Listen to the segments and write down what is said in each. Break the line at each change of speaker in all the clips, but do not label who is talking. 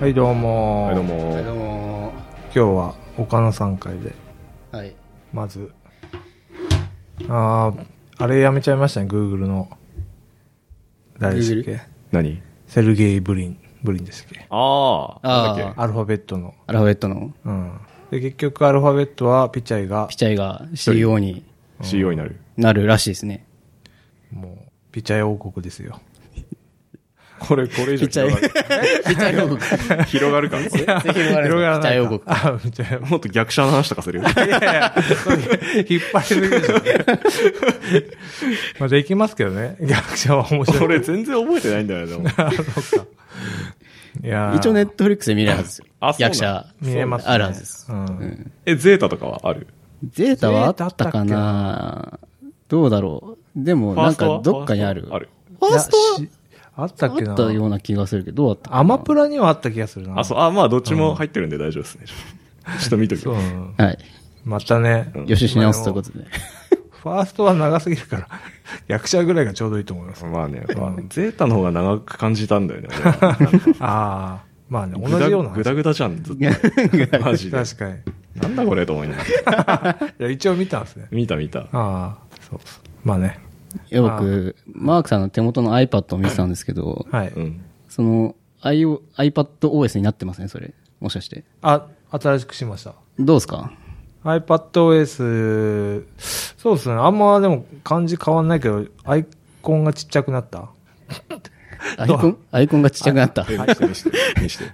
はいどうも,、
はい、どうも
はい、どうも
今日は他の3回で
はい
まずあああれやめちゃいましたね Google の誰でしたっけ
何
セルゲイ・ブリンブリンでしたっけ
ああ。
あー
なんだっけ
アルファベットの
アルファベットの
うんで結局アルファベットはピチャイが
ピチャイが CEO に
CEO になる。
なるらしいですね。
もうピチャイ王国ですよ
これ、これ以上
ピチャイ。
広がる。
ピチャイ王国。
広がるから、これ。
全然広がらないですピチャイ王国。
あピチャイ
もっと逆者の話とかする よ。
いやいや、そう引っ張りすぎでしょ。まあできますけどね。逆者は面 白い。
俺全然覚えてないんだよ、でも。
いやー
一応ネットフリックスで見れるはずですよ
あ。そうな
役
ん
者。
見えます、ね。
あるはずです。
うん。
え、ゼータとかはある
ゼータはあったかなどうだろう。でも、なん
ファースト
か
は
どっかにある。
ファーストある。
ファースト
いやしあったっけ
はあ
な
ったような気がするけど、どうだったか
アマプラにはあった気がするな。
あ、そう、あ、まあ、どっちも入ってるんで大丈夫ですね。ちょっと見とき
そう。うん
なはい。
またね。
予習し直すということで。
ファーストは長すぎるから、 役者ぐらいがちょうどいいと思い ます。
まあね
うん、
ゼータの方が長く感じたんだよね。
ああ、まあね、
俺
同じような
グダ
話。
グダじゃん、ずっと。マジで。
確かに。
なんだこれと思いながら。
いや、一応見たんですね。
見た見た。
ああ、そうそう。まあね。
いや僕、マークさんの手元の iPad を見てたんですけど、
はい。
うん。
その、iPadOS になってますね、それ。もしかして。
あ、新しくしました。
どうですか
iPadOS、そうですね。あんまでも漢字変わんないけど、アイコンがちっちゃくなった。
アイコンアイコンがちっちゃくなった。
え、見して見して。見して。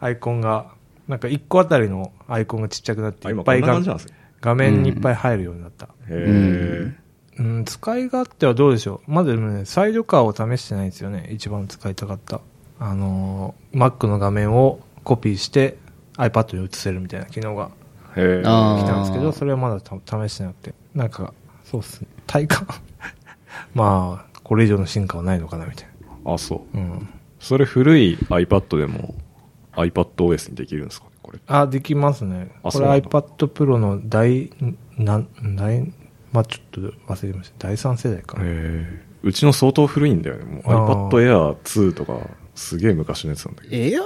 アイコンが、なんか一個あたりのアイコンがちっちゃくなって、
あ、
いっ
今
ぱ
こん
い
な
が
感じなんですね。
画面にいっぱい入るようになった。
へ
うん、使い勝手はどうでしょう。まずでもね、サイドカーを試してないんですよね。一番使いたかった。あのー Mac の画面をコピーして iPad に移せるみたいな機能が
え。へえ。
あー
来たんですけど、それはまだた試してなくて。なんか、そうっすね。体感 まあ、これ以上の進化はないのかな、みたい
あ、そう。
な。うん。
それ古い iPad でも iPadOS にできるんですかこれ。
あ、できますね。
あ
こ
そう
れ
なんだ
iPad Pro の第、なん、第、まあちょっと忘れてました。第3世代か。
えうちの相当古いんだよね。もう
あー
iPad Air 2とか、すげえ昔のやつなんだけど。
エアー2ぐ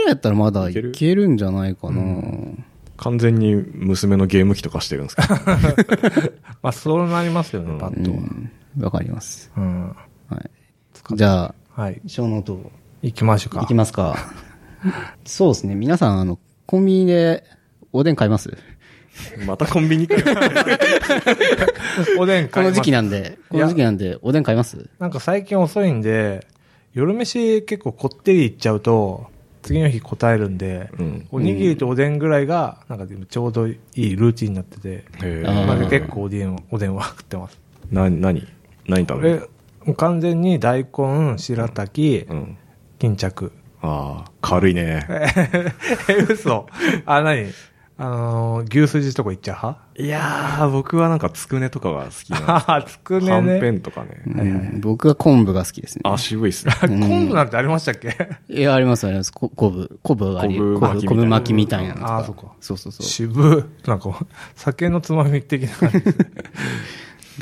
らいやったらまだい
いける
けるんじゃないかな。
完全に娘のゲーム機とかしてるんですけど。
まあそうなりますよね、
うん
パ
う
ッとは。
ん。わかります。
うん。
はい。じゃあ、
はい。
小ノートを
行きましょうか。
いきますか。そうですね。皆さん、あの、コンビニでおでん買います
またコンビニ行くよ
おでん買い
この
ます
時期なんで、この時期なんで、おでん買います
なんか最近遅いんで、夜飯結構こってりいっちゃうと、次の日答えるんで、
うん。
おにぎりとおでんぐらいが、なんかでもちょうどいいルーティンになってて、
へ
あー
まあ
え。
結構おでんは、おでんは食ってます。
な、何何食べ
俺
る、
もう完全に大根、白滝
う、ん。
巾着。
ああ、軽いね。
え、 嘘。あ、何あのー、牛すじとかいっちゃう派
いやー、僕はなんかつくねとかが好きな。
ああ、つくね
はんぺ
ね。
んとかね。
うん僕は昆布が好きですね。
あ、渋いっすね。
昆布なんてありましたっけ
いや、あります、あります。こ昆布、昆布があり、
昆布巻
昆
き
布
みたいな
昆布巻きみたいなのと
あーそっか
そうそうそう。
渋。なんか、酒のつまみ的な感じ。
とか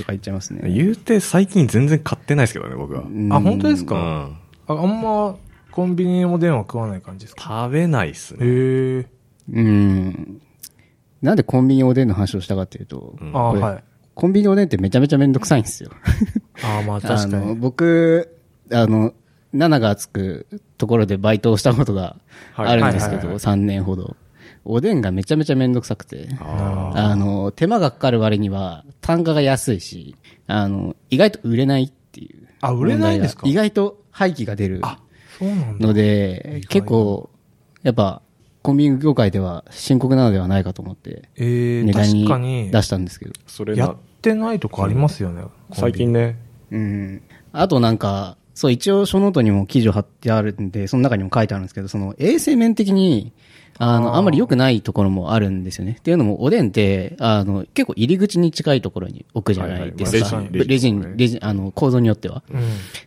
言っちゃいますね。
言うて最近全然買ってないですけどね、僕は。
うん
あ、本当ですか、
うん。
ああんまコンビニおでんは食わない感じですか
食べないっす
へ
ね。
え。
うん。なんでコンビニおでんの話をしたかっていうと、
うん
あ
これ
はい。
コンビニおでんってめちゃめちゃめんどくさいんですよ。
あまあ
あ
確か
の、
に。
僕、あの、7がつくところでバイトをしたことが
はい
あるんです
は
け
いはい
ど、
はい
3年ほど。おでんがめちゃめちゃめんどくさくて、
あー
あの、手間がかかる割には単価が安いし、あの、意外と売れないっていう。
あ売れないんですか
問題が意外と廃棄が出る。
そうなんだ。
ので、結構、やっぱ、コンビニ業界では深刻なのではないかと思って、
ええ
値段
確か
に
に、
出したんですけど。
それ
や
な
っ、てないとこありますよね。コン
最
ビニ。
近ね、
うん。あとなんか、そう、一応書ノートにも記事を貼ってあるんで、その中にも書いてあるんですけど、その衛生面的に、あの、あんまり良くないところもあるんですよね。っていうのも、おでんって、あの、結構入り口に近いところに置くじゃないですか。
はいはいまあレ
レ
ジ
ジ
ン
ン、レジン、あの、構造によっては。
うん。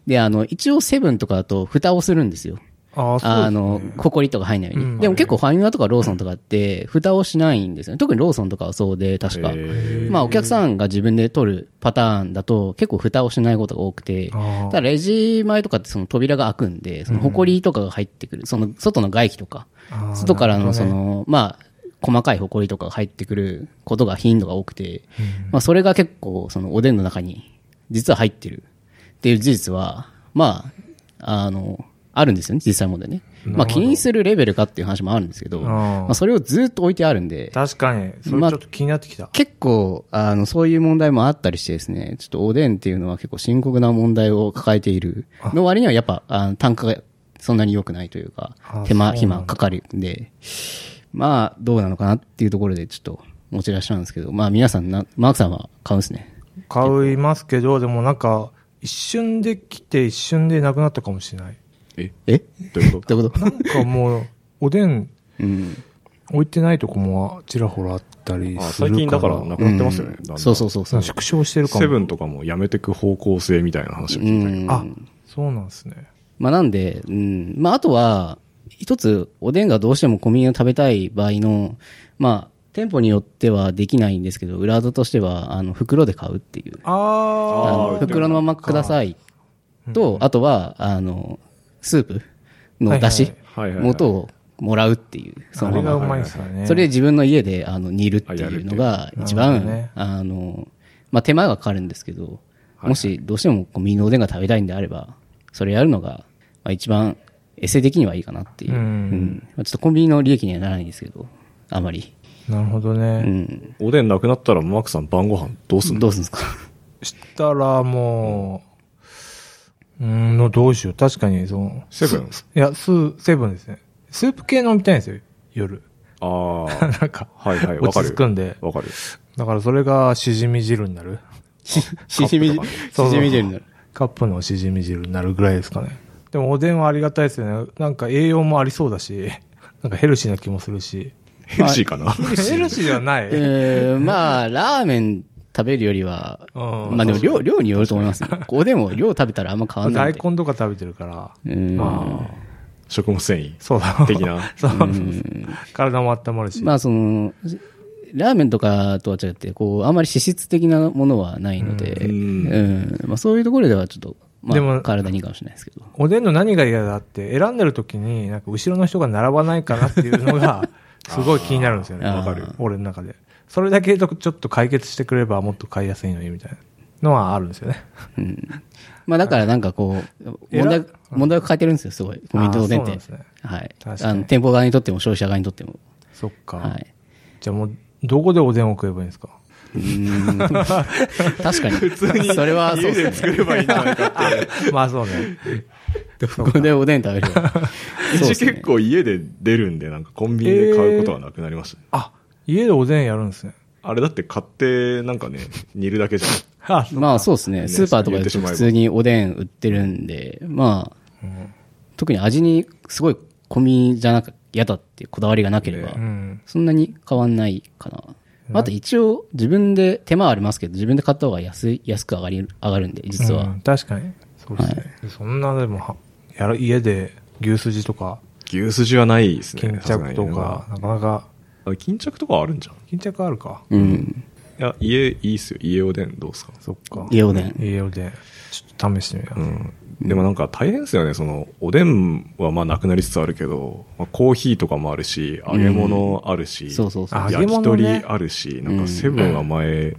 で、あの、一応セブンとかだと蓋をするんですよ。
あああ、そうですね
あの、ほこりとか入んないように。
うん
でも結構ファミマとかローソンとかって、蓋をしないんですよね。特にローソンとかはそうで、確か。
えー
まあお客さんが自分で取るパターンだと結構蓋をしないことが多くて、
あー
ただレジ前とかってその扉が開くんで、その埃とかが入ってくる、その外の外気とか、
あー
外からの
な
そ
るほどね
の、まあ、細かい埃とかが入ってくることが頻度が多くて、まあそれが結構そのおでんの中に実は入ってるっていう事実は、まあ、あの、あるんですよね、実際問題ね。まあ気にするレベルかっていう話もあるんですけど、
あー
まあそれをずっと置いてあるんで、
確かに、それちょっと気になってきた。
結構、あの、そういう問題もあったりしてですね、ちょっとおでんっていうのは結構深刻な問題を抱えているの割にはやっぱ、あの単価がそんなに良くないというか
あ、
手
そうなん
間、
だ
暇かかるんで、まあ、どうなのかなっていうところでちょっと持ち出しなんですけど、まあ皆さんな、マークさんは買うんですね。
買いますけど、でもなんか、一瞬で来て、一瞬でなくなったかもしれない。
え
え
どういうこ
どういうこ
なんかもう、 おでん
と うん。
置いてないとこもちらほらあったり
とあ
する
最近だからなくなってますよね。
う
だ
ん
んだん
そうそうそう
そ
そう
の。縮小してるかも。
セブンとかもやめてく方向性みたいな話を
う
聞いたけど
ん
あ、そうなんですね。
まあなんで、うん。まああとは、一つ、おでんがどうしてもコンビニで食べたい場合の、まあ、店舗によってはできないんですけど、裏技としては、あの、袋で買うっていう。あ
あ
あー
の袋のままください。と、あとは、あの、スープの出汁
はいはいはい
元をもらうっていう、
あ、
そ
あれ
の
が
ま
う
ま。
まいですよね。
それで自分の家で、あの、煮るっていうのが一
あやるっていうなるほど
番
ね、
あの、まあ手間がかかるんですけど、もしどうしてもこうミニおでんが食べたいんであれば、それやるのが、まあ一番、エセ的にはいいかなっていう。
うん
まあちょっとコンビニの利益にはならないんですけど、あまり。
なるほど
う
ね。
ん。
おでんなくなったらマークさん晩ご飯どうすん
ど
の
うする んですか
したらもう、うーん、のどうしよう。確かに、その、
セブン
スいや、スー、セブンですね。スープ系飲みたいんですよ、夜。
ああ。
なんか、
はいはい、わ
落
か
ち
る
着。くんで。
わかる。
だからそれがしじみ汁になる。
しじみ、しじみ汁に なる。
カップのしじみ汁になるぐらいですかね。でもおでんはありがたいですよね。なんか栄養もありそうだし、 なんかヘルシーな気もするし。
ヘルシーかな
ヘルシーではない。
えーまあ、ラーメン食べるよりは、
うん
まあでも量、量によると思 いますよ。おでんも量食べたらあんま変わんないん
大
で。
根とか食べてるから。
うん。
あー食物繊維
そうだ。
的な。
そうそうそう体も温まるし。
まあその、ラーメンとかとは違って、こう、あんまり脂質的なものはないので、う
うんん。
まあそういうところではちょっと、
で
まあ
も
体にいいかもしれないですけど。
おでんの何が嫌だって、選んでる時に、なんか後ろの人が並ばないかなっていうの が、すごい気になるんですよね。
あー
わかる。俺の中で。それだけちょっと解決してくれればもっと買いやすいのにみたいなのはあるんですよね。
まあだからなんかこう、
えら
問題、問題を抱えてるんですよ、すごい。コミュニティおでんっ
あ
て
ー。そうなんですね
はい。
確か
あ
に
の、店舗側にとっても消費者側にとっても。
そっか。
はい。
じゃあもう、どこでおでんを食えばいいんですか
うーん確かに。それはそうですね。
ればいいんじゃない か。
まあそうね。
ここでおでん 食べる。
う
そう
ち
ですね
結構家で出るんで、なんかコンビニで買うことはなくなりましたね。
あ、家でおでんやるんですね。
あれだって買って、なんかね、煮るだけじゃん。
あ、そ
まあそうですね。
ね
スーパーとかで
言ってしまえば
普通におでん売ってるんで、まあ、特に味にすごい込みじゃなく、嫌だっていうこだわりがなければ
う、ん。
そんなに変わんないかな。あと一応自分で手間はありますけど、自分で買った方が安い、安く上がり、上がるんで、実
う
は。
ん確かに。そうですね。そんなでもは、やる、家で牛すじとか、
牛すじはないですね。
巾
さすが
着
に
とか。、なかなか、
あ巾着とかあるんじゃん。い
巾着あるか。
うん。
や、家、いいっすよ。家おでんどうっすか
そっか。
家おでん。
家おでん。ちょっと試してみよう。
うん。でもなんか大変ですよね。その、おでんはまあなくなりつつあるけど、まあ、コーヒーとかもあるし、揚げ物あるし、
そうそうそう。
あ揚げ
焼き
物
鳥
ね
あるし、
う
なん
ん
かセブンは前、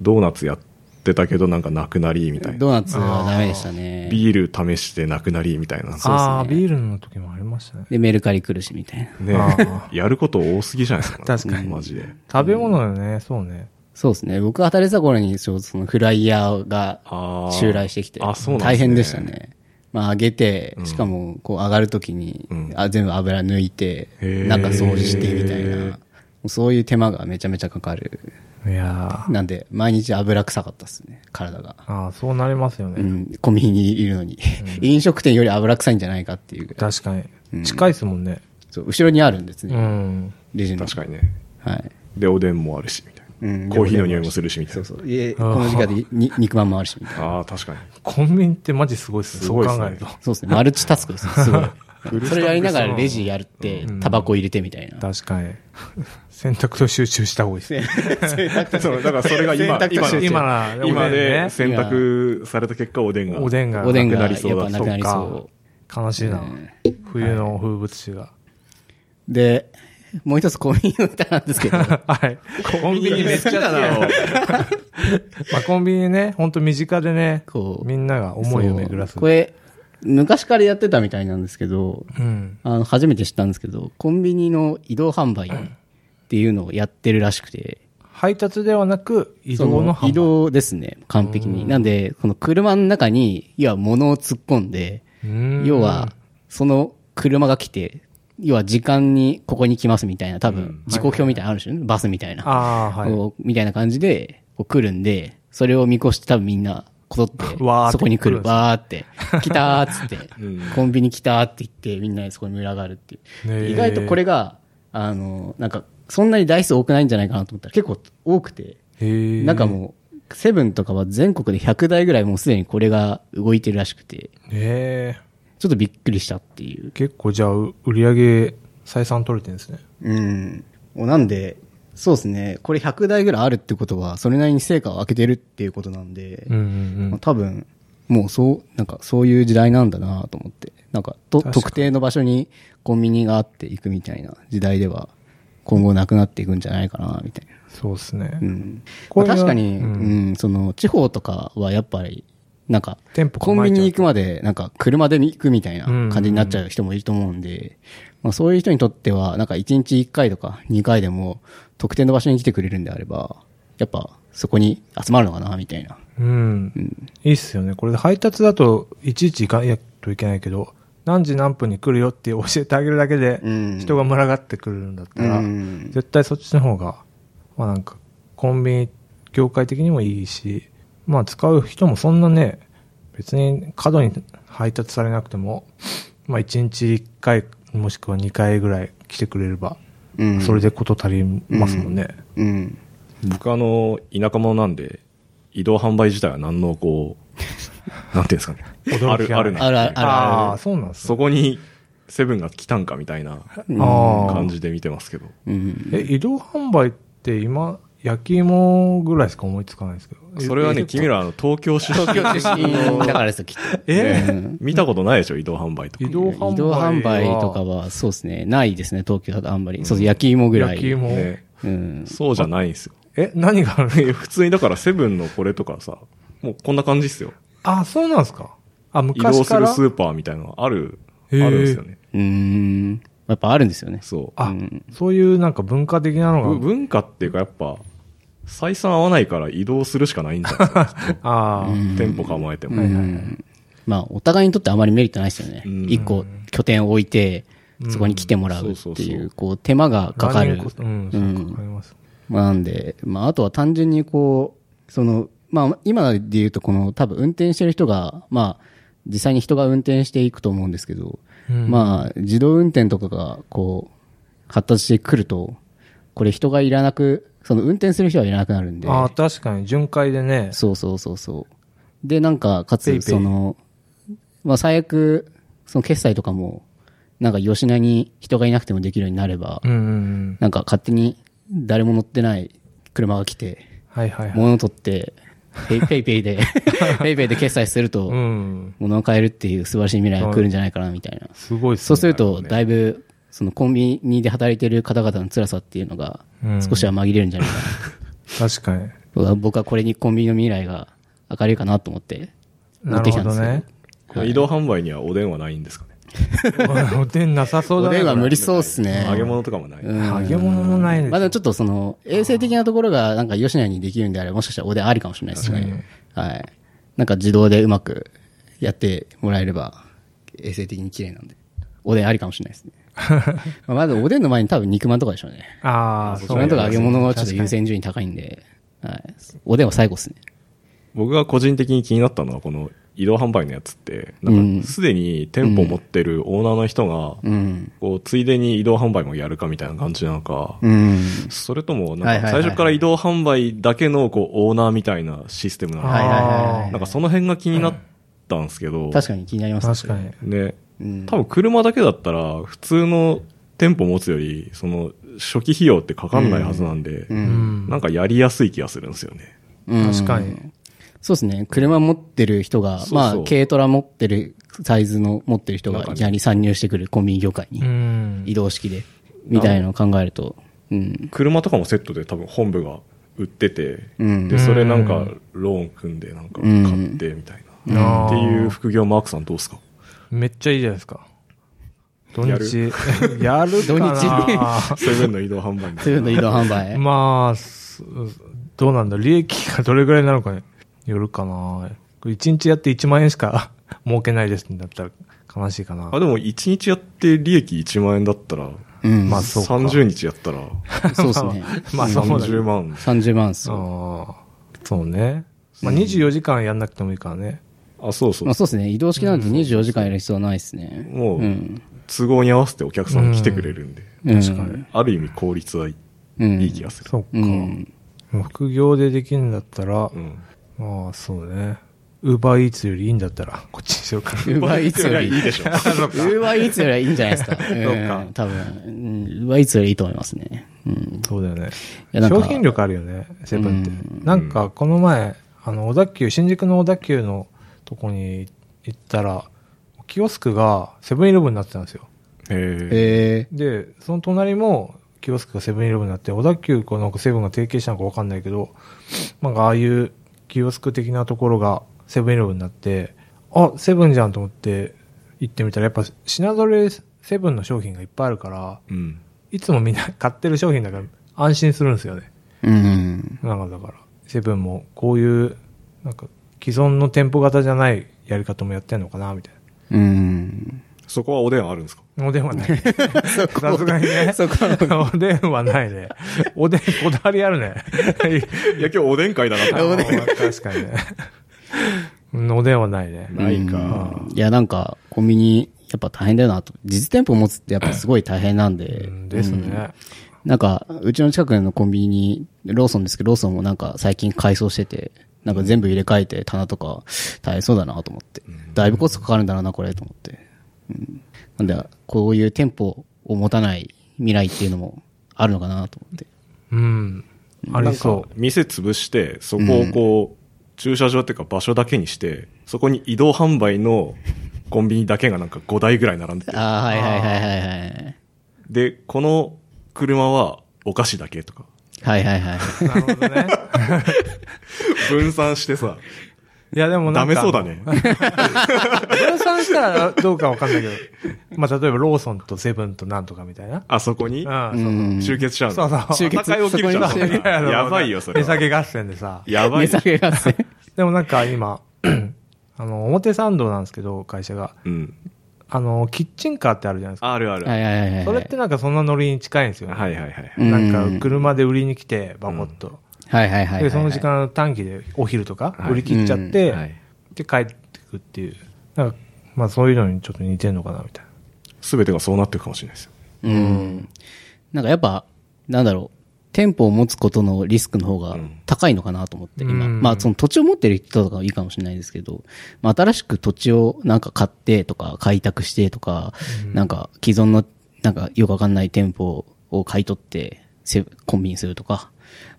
ドーナツやってたけどなんかなくなりみたいな。
ドーナツはダメでしたね。
ビール試してなくなりみたいな。
ああ、ビールの時もありましたね。
で、メルカリ来るし、みたいな。
ね
あー
やること多すぎじゃないですか。
確かに
マジで。
食べ物よね、そうね。
そうですね。僕が働いてた頃に、そうそのフライヤーが
あー
襲来してきて、
あそうなんですね
大変でしたね。まあ揚げて、しかもこう上がるときに、
うん
あ全部油抜いて、
へー
中掃除してみたいな、もうそういう手間がめちゃめちゃかかる。
いやー
なんで、毎日油臭かったですね、体が。
ああ、そうなりますよね。
うん、コンビニにいるのに。飲食店より油臭いんじゃないかっていうぐらい
確かに。近いですもんね。
そう後ろにあるんです
う
ね、
ん。
レジの。
確かにね。
はい。
で、おでんもあるし、みたい
うん
な。コーヒーの匂いもするし、みたい
そう
な。
そう。家、この時間でに 肉まんもあるし、みたいな。
ああ、確かに。
コンビニってマジすごいっすね。
すごいっすね
そう考えると。
そうですね。マルチタスクです。すごい。それやりながらレジやるって
うん、
タバコ入れてみたいな。
確かに。選択と集中した方がいいですね。
そう、だからそれが今、
選択
今
肢
の
今なら
今で
ね
選択された結果、おでんが。
おでんが
おでん
なく
が
な
や
り
っ
そうだ
ぱなくなりそ
悲しいな。冬の風物詩が。
う。で、もう一つコンビニの歌なんです けど、
はい。コンビニめっちゃ好きだな。まあコンビニね、ほんと身近でね
こ、う
みんなが思いを巡らす
そう。これ、昔からやってたみたいなんですけど、
うん。
あの、初めて知ったんですけど、コンビニの移動販売っていうのをやってるらしくて、
配達ではなく、移
そ
動の販売
移動ですね、完璧に。なんで、この車の中に、要は物を突っ込んで、
うん
要は、その車が来て、要は時間にここに来ますみたいな、多分、時刻表みたいなのあるんでしょうね。バスみたいな。
ああ、はい。
こうみたいな感じで、こう来るんで、それを見越して多分みんな、こぞって
わーっ、て
そこに来
来るん
る。
ですよ
わーって、来たーっつって、 コンビニ来たーって言って、みんなでそこに群がるっていう。
ねえ
で意外とこれが、あの、なんか、そんなに台数多くないんじゃないかなと思ったら、結構多くて、
へー
なんかもう、セブンとかは全国で100台ぐらいもうすでにこれが動いてるらしくて、
へ
ちょっとびっくりしたっていう
え。結構じゃあ、う売り上げ、採算取れてるんですね。
うん。おなんで、そうですね。これ100台ぐらいあるってことは、それなりに成果を上げてるっていうことなんで、
うん
まあ多分、もうそう、なんかそういう時代なんだなと思って。なんかと
確かに
特定の場所にコンビニがあっていくみたいな時代では、今後なくなっていくんじゃないかな、みたいな。
そうですね。
うん。
これ
ま
が
あ確かに、
う
うんん、その、地方とかはやっぱり、なんか、
店舗構
コ
えちゃう
ンビニ行くまで、なんか、車で行くみたいな感じになっちゃう人もいると思うんで、まあ、そういう人にとっては、なんか、1日1回とか2回でも、特定の場所に来てくれるんであれば、やっぱ、そこに集まるのかな、みたいな。
うん。いいっすよね。これで配達だと、いちいち行かないといけないけど、何時何分に来るよって教えてあげるだけで
う、ん。
人が群がってくるんだったら、
うん
絶対そっちの方が、まあなんか、コンビニ業界的にもいいし、まあ使う人もそんなね、別に過度に配達されなくても、まあ1日1回もしくは2回ぐらい来てくれれば、
うん
それでこと足りますもんね。
うん。
僕あの、田舎者なんで、移動販売自体は何のこう、なんていうんですかね。あ
驚き
る、
が
ある
あるあ
な。
るあ
ああ、そうなんです
そ
ね。
こに、セブンが来たんかみたいな
ああ
感じで見てますけど。
うん。
え、移動販売って今、焼き芋ぐらいしか思いつかないですけど。
それはね、君らあの東京出身。東
出身だからですよ、きっと。
え見たことないでしょ移動販売とか
移。動販売は。
移動販売とかは、そうですね。ないですね、東京だとあんまり。そうです、焼き芋ぐらい。
焼き芋。
ね
うん。
そうじゃないんですよ。
え、何があ
え
る
普通にだからセブンのこれとかさ、もうこんな感じっすよ。
あ、そうなんですか。あ、
移動
昔
す
か
る
ら。
スーパーみたいなのある、あ
へー
るんですよね。
うーん。やっぱあるんですよね。
そう。
あ、
うん
そういうなんか文化的な
ぶ
のが。
文化っていうかやっぱ、採算合わないから移動するしかないんじゃないですか
ああ、
店舗構えて
う
も。
ん。まあ、お互いにとってあまりメリットないですよね。
うん
一個拠点を置いて、そこに来てもらう
そ
っ
うそう
てい
そう
う、こう、手間がかか
ランニ
る
ン。グコストうん、そう
うん
かかります。
まあなんで、まあ、あとは単純にこう、その、まあ、今で言うと、この、多分運転してる人が、まあ、実際に人が運転していくと思うんですけど、
うん
まあ、自動運転とかが、こう、発達してくると、これ人がいらなく、その運転する人はいらなくなるんで、
ああ、確かに、巡回でね。
そうそうそうそう。で、なんか、か
ペイペ
つ、
イ
その、まあ、最悪、その決済とかも、なんか、吉野に人がいなくてもできるようになれば、
うんうんうん。
なんか、勝手に誰も乗ってない車が来て、
はいはいはい。
物取って、ペイペイペイ で、ペイペイで決済すると
う、ん。
物を買えるっていう素晴らしい未来が来るんじゃないかな、みたいな。
すごいっす
そう
ね。
すると、だいぶ、そのコンビニで働いてる方々の辛さっていうのが
うん、
少しは紛れるんじゃないか
確かに。
な。僕はこれにコンビニの未来が明るいかなと思って、持
な
って
る
きた
ほ
んで
ど
すけど。
ね。
移動販売にはおでんはないんですかね。
おでんなさそうだ
お
ね。
でんは無理そうっすね。
揚げ物とかもない。
うん
揚げ物もないですよ
まあでもちょっとその、衛生的なところがなんか吉野家にできるんであれば、もしかしたらおでんありかもしれないですね。はい。なんか自動でうまくやってもらえれば、衛生的に綺麗なんで。おでんありかもしれない ですね。まあまずおでんの前に多分肉まんとかでしょうね。
ああ、
肉
そう
まんとか揚げ物はちょっと
確か
優
に
先順位高いんで、はい。おでんは最後ですね。
僕が個人的に気になったのは、この移動販売のやつって、なんかすでに店舗持ってるオーナーの人が、
うん。
こう、ついでに移動販売もやるかみたいな感じなのか、
うん。
それとも、
は
ないんか
はいはい
最初から移動販売だけの、こう、オーナーみたいなシステムなの
はいはいはい
か
は、い
なんかその辺が気になったんですけど、
確かに気になります
確
ね
かに。
ね、
うん
多分車だけだったら、普通の店舗持つより、その、初期費用ってかかんないはずなんで、
う
うんん。
なんかやりやすい気がするんですよね。
うん
確かに。
そうですね。車持ってる人が、
そうそう
まあ、軽トラ持ってる、サイズの持ってる人
なん
が、
か
い
ね
きなり参入してくるコンビニ業界に
う、ん。
移動式で、みたいなのを考えると、うん。
車とかもセットで多分本部が売ってて、
うん
で、それなんか、ローン組んで、なんか買ってみたいな。
うん
っていう副業マークさんどうですか
めっちゃいいじゃないですか。土
や
日。 やる
土
かな
日
セブンの移動販売みた
そう
い
いう
な。
の移動販売。
まあ、すどうなんだ。利益がどれぐらいなのかね。よるかな。これ1日やって1万円しか 儲けないですんだったら悲しいかな
あ、。でも1日やって利益1万円だったら、
うん。
まあそうか
30日やったら、
そうですね。
まあそうだね
30。万。
30万っす。ま
あーそうね。まあ24時間やんなくてもいいからね。
あ、そうそう
あ。そうですね。移動式なんて24時間やる必要はないですね。
もう
うん。
都合に合わせてお客さん来てくれるんで、
確かに。
ある意味効率はい
うん。
い気がする。
そうか。
うん。
副業でできるんだったら、
うん。
まあそうね。ウーバーイーツよりいいんだったら、こっちにしようかな。
ウーバーイーツより
いいでしょ。
ウーバーイーツよりはいいんじゃないですか。うん。多分、うんウーバーイーツよりいいと思いますね。うん。
そうだよね。
やなんか
商品力あるよね、セブンって。
うん
なんか、この前、あの、小田急、新宿の小田急のとこに行ったら、キオスクがセブンイレブンになってたんですよ。
え
へえ。
で、その隣も、キオスクがセブンイレブンになって、小田急かなんかセブンが提携したのかわかんないけど、なんかああいうキオスク的なところがセブンイレブンになって、あ、セブンじゃんと思って行ってみたら、やっぱ品ぞれセブンの商品がいっぱいあるから、
うん。
いつもみんな買ってる商品だから安心するんですよね。
うん。
なんかだから、セブンもこういう、なんか既存の店舗型じゃないやり方もやってんのかな、みたい
うん。
そこはおでんあるんですか
な。おでんはない。さすがにね。
そこ
おでんはないね。おでん、こだわりあるね。
いや、今日おでん会だなと思
お
っ
で
て。
ん
確かにね。うんおでんはないね。
ないか
うん
いや、なんか、コンビニ、やっぱ大変だよなと。実店舗持つってやっぱすごい大変なんで。
うんです
うん
ね。
なんか、うちの近くのコンビニに、ローソンですけど、ローソンもなんか最近改装してて、なんか全部入れ替えて棚とか大変そうだなと思って。だいぶコストかかるんだろうな、これ、と思って。うんなんで、こういう店舗を持たない未来っていうのもあるのかなと思って。
うん。あ
な
り
んか
そ、。
店潰して、そこをこう、駐車場っていうか場所だけにして、そこに移動販売のコンビニだけがなんか5台ぐらい並んでて、
ああ、はいはいはいはいはい。
で、この車はお菓子だけとか、
はいはいはいう
なるほどね。
分散し てさ、
いや、でもな
ダ
んか。
メそうだね。
分散したらど うかわかんないけど。まあ、例えばローソンとセブンとなんとかみたいな。
あそこ
う
に
ん、そううん
集結しちゃうの。
そうそう
集結
戦い起きるじゃん。
そ
そ
こに
れ
いや
やばいよ、それ
値下
は。
げ合戦でさ。
やば
値
いよ
下。げ合戦。
でもなんか今、 あの、表参道なんですけど、会社が。
うん。
あの、キッチンカーってあるじゃないですか。
あるある。
はいはいはいはい。
それってなんかそんなノリに近いんですよね。
はいはいはい。
うん
なんか、車で売りに来て、バコッと。
はいはいはいはいはい。
で、その時間短期でお昼とか
はい
売り切っちゃって、
はい
で、帰ってくっていう。なんか、まあそういうのにちょっと似てるのかな、みたいな。
すべてがそうなってるかもしれないですよ。
うん。なんかやっぱ、なんだろう。店舗を持つことのリスクの方が高いのかなと思って、今。
うん
まあ、その土地を持ってる人とかはいいかもしれないですけど、まあ、新しく土地をなんか買ってとか、開拓してとか、なんか既存の、なんかよくわかんない店舗を買い取って、セブコンビニにするとか、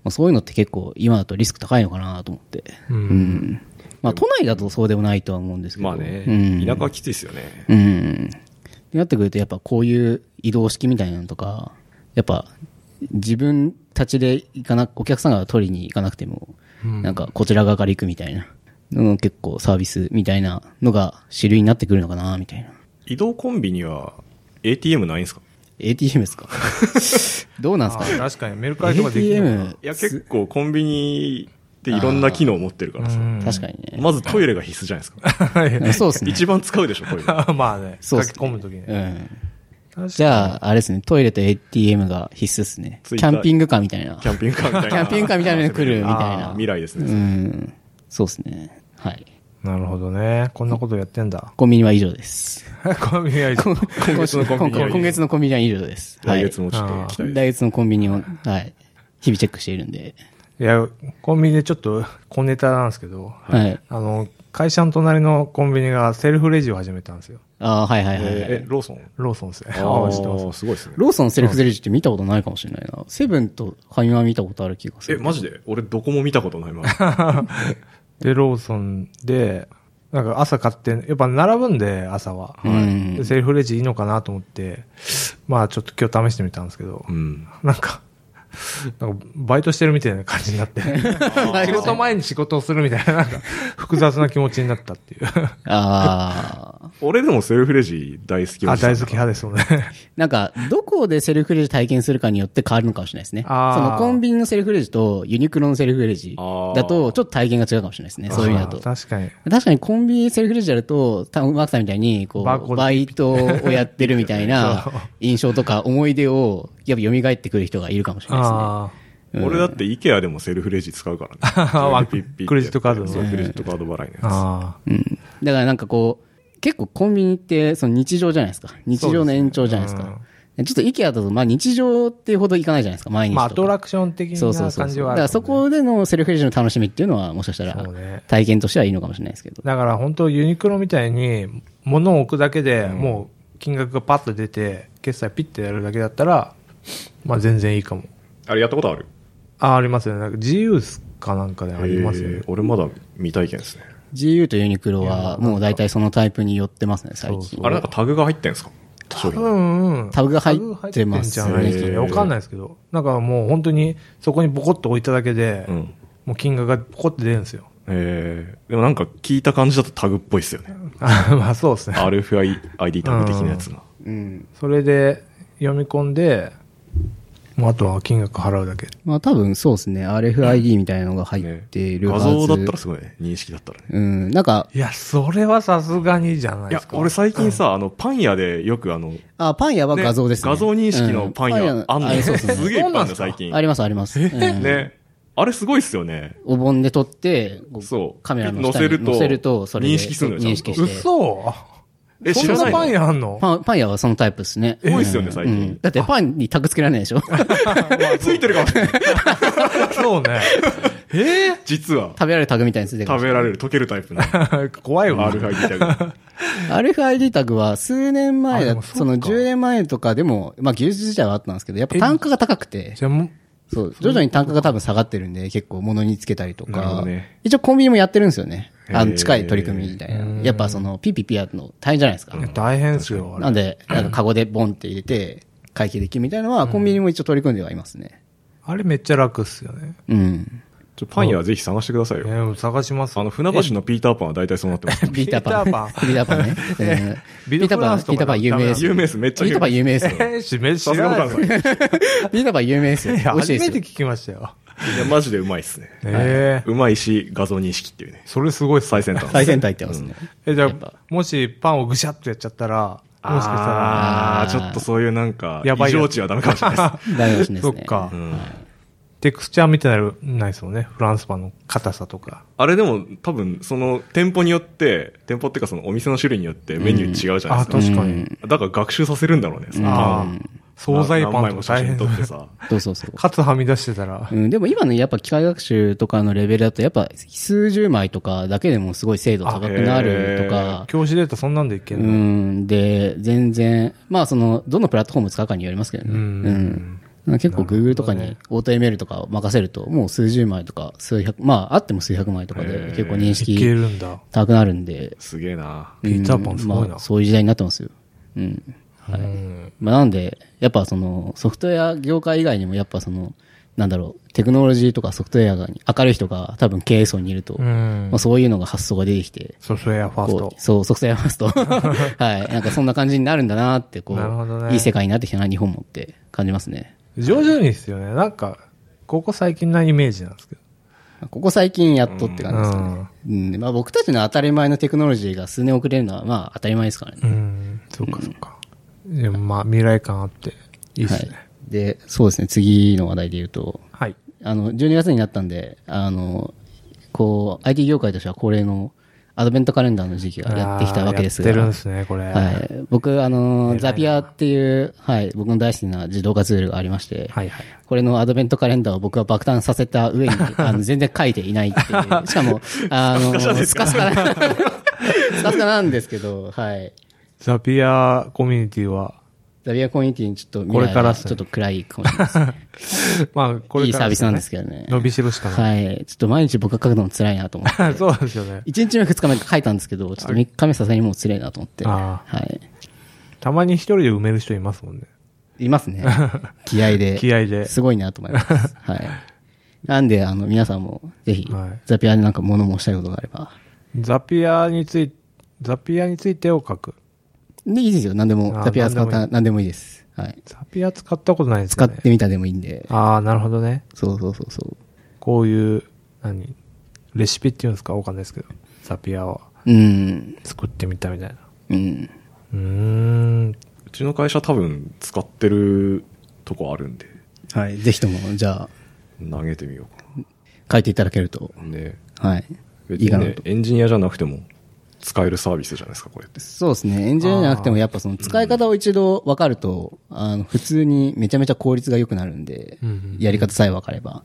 まあ、そういうのって結構今だとリスク高いのかなと思って。
うん
うんまあ、都内だとそうでもないとは思うんですけど。
まあね、
うん
田舎はきついですよね。
うん。ってなってくると、やっぱこういう移動式みたいなのとか、やっぱ自分たちで行かな、お客さんが取りに行かなくても、なんかこちら側から行くみたいな、うん、結構サービスみたいなのが主流になってくるのかな、みたいな。
移動コンビニは ATM ないんですか
ATM ですかどうなんです
あ
か
ー確かに、メルカリとかできるのか
?ATM
い、や、結構コンビニっていろんな機能持ってるからさ。
うん
確かにね。
まずトイレが必須じゃないですか。
うんそうです ね。
一番使うでしょ、 トイレ。
まあね、
そうっ
書
す
き
ね
込むときに。
うん。
確
じゃあ、あれですね、トイレと ATM が必須ですね。キ
ツイッター
ャンピングカーみたいな。
キャンピングカーみたいな。
キャンピングカーみたいなのに来るみたい
あ
な。
未来です
う
ね。
ん。そうですね。はい。
なるほどね。こんなことやってんだ。
コンビニは以上 です。
コンビニはいい
今
月のコンビニは以上
今月のコンビニは以上です。は
来
い。
月もちょっと期待です。
来月のコンビニを、はい。日々チェックしているんで。
いや、コンビニでちょっと小ネタなんですけど、
はい。
あの、会社の隣のコンビニがセルフレジを始めたんですよ。
ああ、はいはいはい、はい
えーえ、ローソン
ローソンですね。
あ
あ
あ、
知ってます。
すごいですね。
ローソンセルフレジって見たことないかもしれないな。セブンとファミマ見たことある気がす
え、
る。
マジで俺どこも見たこと ない、まだ
で、ローソンで、なんか朝買って、やっぱ並ぶんで、朝は。
うん
でセルフレジいいのかなと思って、まあちょっと今日試してみたんですけど、
うん。
なんか、なんかバイトしてるみたいな感じに なって、仕事前に仕事をするみたいな、なんか複雑な気持ちになったっていう。
ああ。
俺でもセルフレジ大好き
あ、
おじさん
大好き派ですもんね。
なんか、どこでセルフレジ体験するかによって変わるのかもしれないですね。そ
あー
のコンビニのセルフレジとユニクロのセルフレジだと、ちょっと体験が違うかもしれないですね。 そういう意味だと
あ。確かに。
確かにコンビニセルフレジやると、たマークさんみたいに、こ
バーコード
う、バイトをやってるみたい
そう
な印象とか思い出を、やっぱ蘇ってくる人がいるかもしれないですね。
あ
俺だって IKEA でもセルフレジ使うからね。
わ
ピッピッピッ
クレジットカードの
そうクレジットカード払いの
あ。
や
あ
うん。だからなんかこう、結構コンビニってその日常じゃないですか。日常の延長じゃないですか。ちょっと IKEA だと、まあ日常っていうほどいかないじゃないですか、毎
あ。
日と
ま
か。
あアトラクション的
そうそう
な
そう
感
そ
じ
う。
は
だ
あ
か
る
らそこでのセルフレジの楽しみっていうのは、もしかしたら
そうね、
体験としてはいいのかもしれないですけど。
だから本当ユニクロみたいに物を置くだけでもう金額がパッと出て決済ピッてやるだけだったらまあ全然いいかも
つ。あれやったことある
あありますよねなんか GU かなんかでありますよ
へ
ね
ー俺まだ未体験ですね。
GU とユニクロは、もう大体そのタイプに寄ってますね、最
そう
近。
あれなんかタグが入ってんすか商
う
品。
んうん
タブが入ってます
タブ入ってんじゃん
へー
わかんないですけどだからもう本当にそこにボコッと置いただけで、
うん。
もう金額がポコッて出るんですよ
えー、でもなんか聞いた感じだとタグっぽいっすよね。
あまあそうですね
RFID タグ的なやつが。
うん。
それで読み込んでもうあとは金額払うだけ
まあ多分そうですね、RFID みたいなのが入っているは
画
ず。
像だったらすごいね。認識だったらね。
うん、なんか、
いやそれはさすがにじゃない
い
で
や
す、か
俺最近さ、あの、パン屋でよくあの、
あ、パン屋は
ね
画像ですね。
画像認識
う
の
ん
パン屋あんの
れそうですね
すげえいっぱいあ
そう
んのよ
なん
最
すか
近。
ありますあります。うん
ね。あれすごいっすよね。
お盆で撮って、こ
そう
カメラの下
載せ
に
ると
載せると、それで
認識するのよちゃんと
認識して。
嘘
え、
そ
知
ん
ら
な
ないの
パン屋あんの
パン、パン屋はそのタイプですね。
多いっすよね
うん
最近
うんだってパンにタグつけられないで しょ食
ついてるかもしれない。
そうね。 え
実は、
べられるタグみたいについてるかも
食
しれ
べられる、溶けるタイプの
ー、怖いわ。
RFID タグ。
ない RFID タグは数年前
あで
だ、
もそ
そ
っか
の10年前とかでも、まあ技術自体はあったんですけど、やっぱ単価が高くて、
じゃあも
そう、徐々に単価が多分下がってるんで、結構物につけたりと
なるほ
か
どね、
一応コンビニもやってるんですよね。あの、
へー
近い取り組みみたいな。やっぱその、ピピピやるの大変じゃないですか
う、。大変ですよ、あ
なん
れ。
で、なんかカゴでボンって入れて、会計できるみたいなのは、コンビニも一応取り組んではいますね。
あれめっちゃ楽っすよね。
うん。
ちょパン屋はぜひ探してください
え
よ。
ー探します
あ。の、船橋のピーターパンは大体そうなってます。
ピーターパン。
ピーターパン
ピーターパンね。うんピ
ビ
ー
ル
ター
フ
パ
ラ
ン、
ンス
ピ
と
ータ
か
ーパン有名ですよ。
有名です。めっちゃ
ピーターパン有名 です
え
よ。
ー、しめ知
さすが
らない
関
で
西
す。。
い
ピーターパン有名ですよ。
いや
美味し
初
いで
め
す
て聞
よ。
きましたよ。
や、マジでうまいっすね。
ええ。
うまいし、画像認識っていうね。
それすごいっす
最先端。
最先端行ってますね。
え、じゃ
やっぱ
あ、もしパンをぐしゃっとやっちゃったら、もしか
あ
あー
ー、ちょっとそういうなんか、
やば
異
いやつ
常値はダメかもしれないです。
ダメかもしれ
し
ない
た
で
ら、
す
そ
ね
っ。か
う。ん
テクスチャーみたいなのないですもんね。フランスパンの硬さとか。
あれでも多分その店舗によって、店舗っていうかそのお店の種類によってメニュー違うじゃないですか。
あ、確か
う
に
ん。
だから学習させるんだろうね。その
あ
パン
あ、惣菜
何
パ
枚
ンと
も
か
写
大
真
変
撮
だ
ってさ。
そうそうそう。
カツはみ出してたら
う。ん、でも今のやっぱ機械学習とかのレベルだと、やっぱ数十枚とかだけでもすごい精度高くなるとか、
教師データそんなんでいけ
うん
の
ん、で、全然、まあその、どのプラットフォーム使うかによりますけどね。うん。結構 Google とかに AutoML とかを任せると、もう数十枚とか数百、まああっても数百枚とかで結構認
いけ
識
るんだ。
高くなるんで、
すげえな。
ピーターパン
うん
すごいな
まあそういう時代になってますよ。うん。はい。まあなんで、やっぱその、ソフトウェア業界以外にもやっぱその、なんだろう、テクノロジーとかソフトウェアが明るい人が多分経営層にいると、
うん
まあ、。そういうのが発想が出てきて、
ソフトウェアファース
こ
ト
う、。そう、ソフトウェアファース ト。はい。なんかそんな感じになるんだなって、こう、
なるほどね
いい世界になってきたな、日本もって感じますね。
徐々にですよね。なんか、ここ最近なイメージなんですけど。
ここ最近やっとって感じですかね。うん。まあ僕たちの当たり前のテクノロジーが数年遅れるのは、まあ当たり前ですからね。
うん。そうかそうか。でもまあ、未来感あって、いいっす
は
ね。
い。で、そうですね、次の話題で言うと、
はい。
あの、12月になったんで、あの、こう、IT 業界としては恒例のアドベントカレンダーの時期がやってきたわけですが。
やってるんですね、これ。
はい。僕、あの
偉い
ー、
な
ザピアっていう、はい、僕の大好きな自動化ツールがありまして、
はいはい。
これのアドベントカレンダーを僕は爆誕させた 上に、あの、全然書いていないっていう。しかも、あのー、スカスカな、スカスカなんですけど、はい。
ザピアコミュニティは、
ザビアコミュニティにちょっと未
こ
来
れからっ
が
す
ち
ね
ょっと暗いかもしれないですね。
まあ、これから、
いいサービスなんですけどね
伸びしろしかない。
はい。ちょっと毎日僕が書くのも辛いなと思って。
そうなんですよね。
1日目2日目書いたんですけど、ちょっと3日目さすがにもう辛いなと思って。
あ
はい。
たまに一人で埋める人いますもんね。
います ね。気合で。
気合です
ごいなと思います。はい。なんで、あの、皆さんも、ぜひ
はい、
ザピアでなんか物申したいことがあれば。
ザピアについて、ザピアについてを書く。
で、いいですよ。何でも、
あ
ザピア使っ
何で
た、
もい
何でもいいです。はい。
ザピア使ったことないです
使
か
っ
ね。
てみたでもいいんで。
ああ、なるほどね。
そうそうそうそう。
こういう、何、レシピっていうんですかわかんないですけど。ザピアは
うん。
作ってみたみたいな。
うん。
うーん。
うちの会社多分使ってるとこあるんで、
はい。ぜひとも、じゃあ、
投げてみようか
書いていただけると。
な。ね
はい。
別
いい
に
かな
ね
と、。
エンジニアじゃなくても使えるサービスじゃないですか、これって。
そうですね。エンジニアじゃなくても、やっぱその使い方を一度分かると、あの、普通にめちゃめちゃ効率が良くなるんで
うんうん、
やり方さえ分かれば。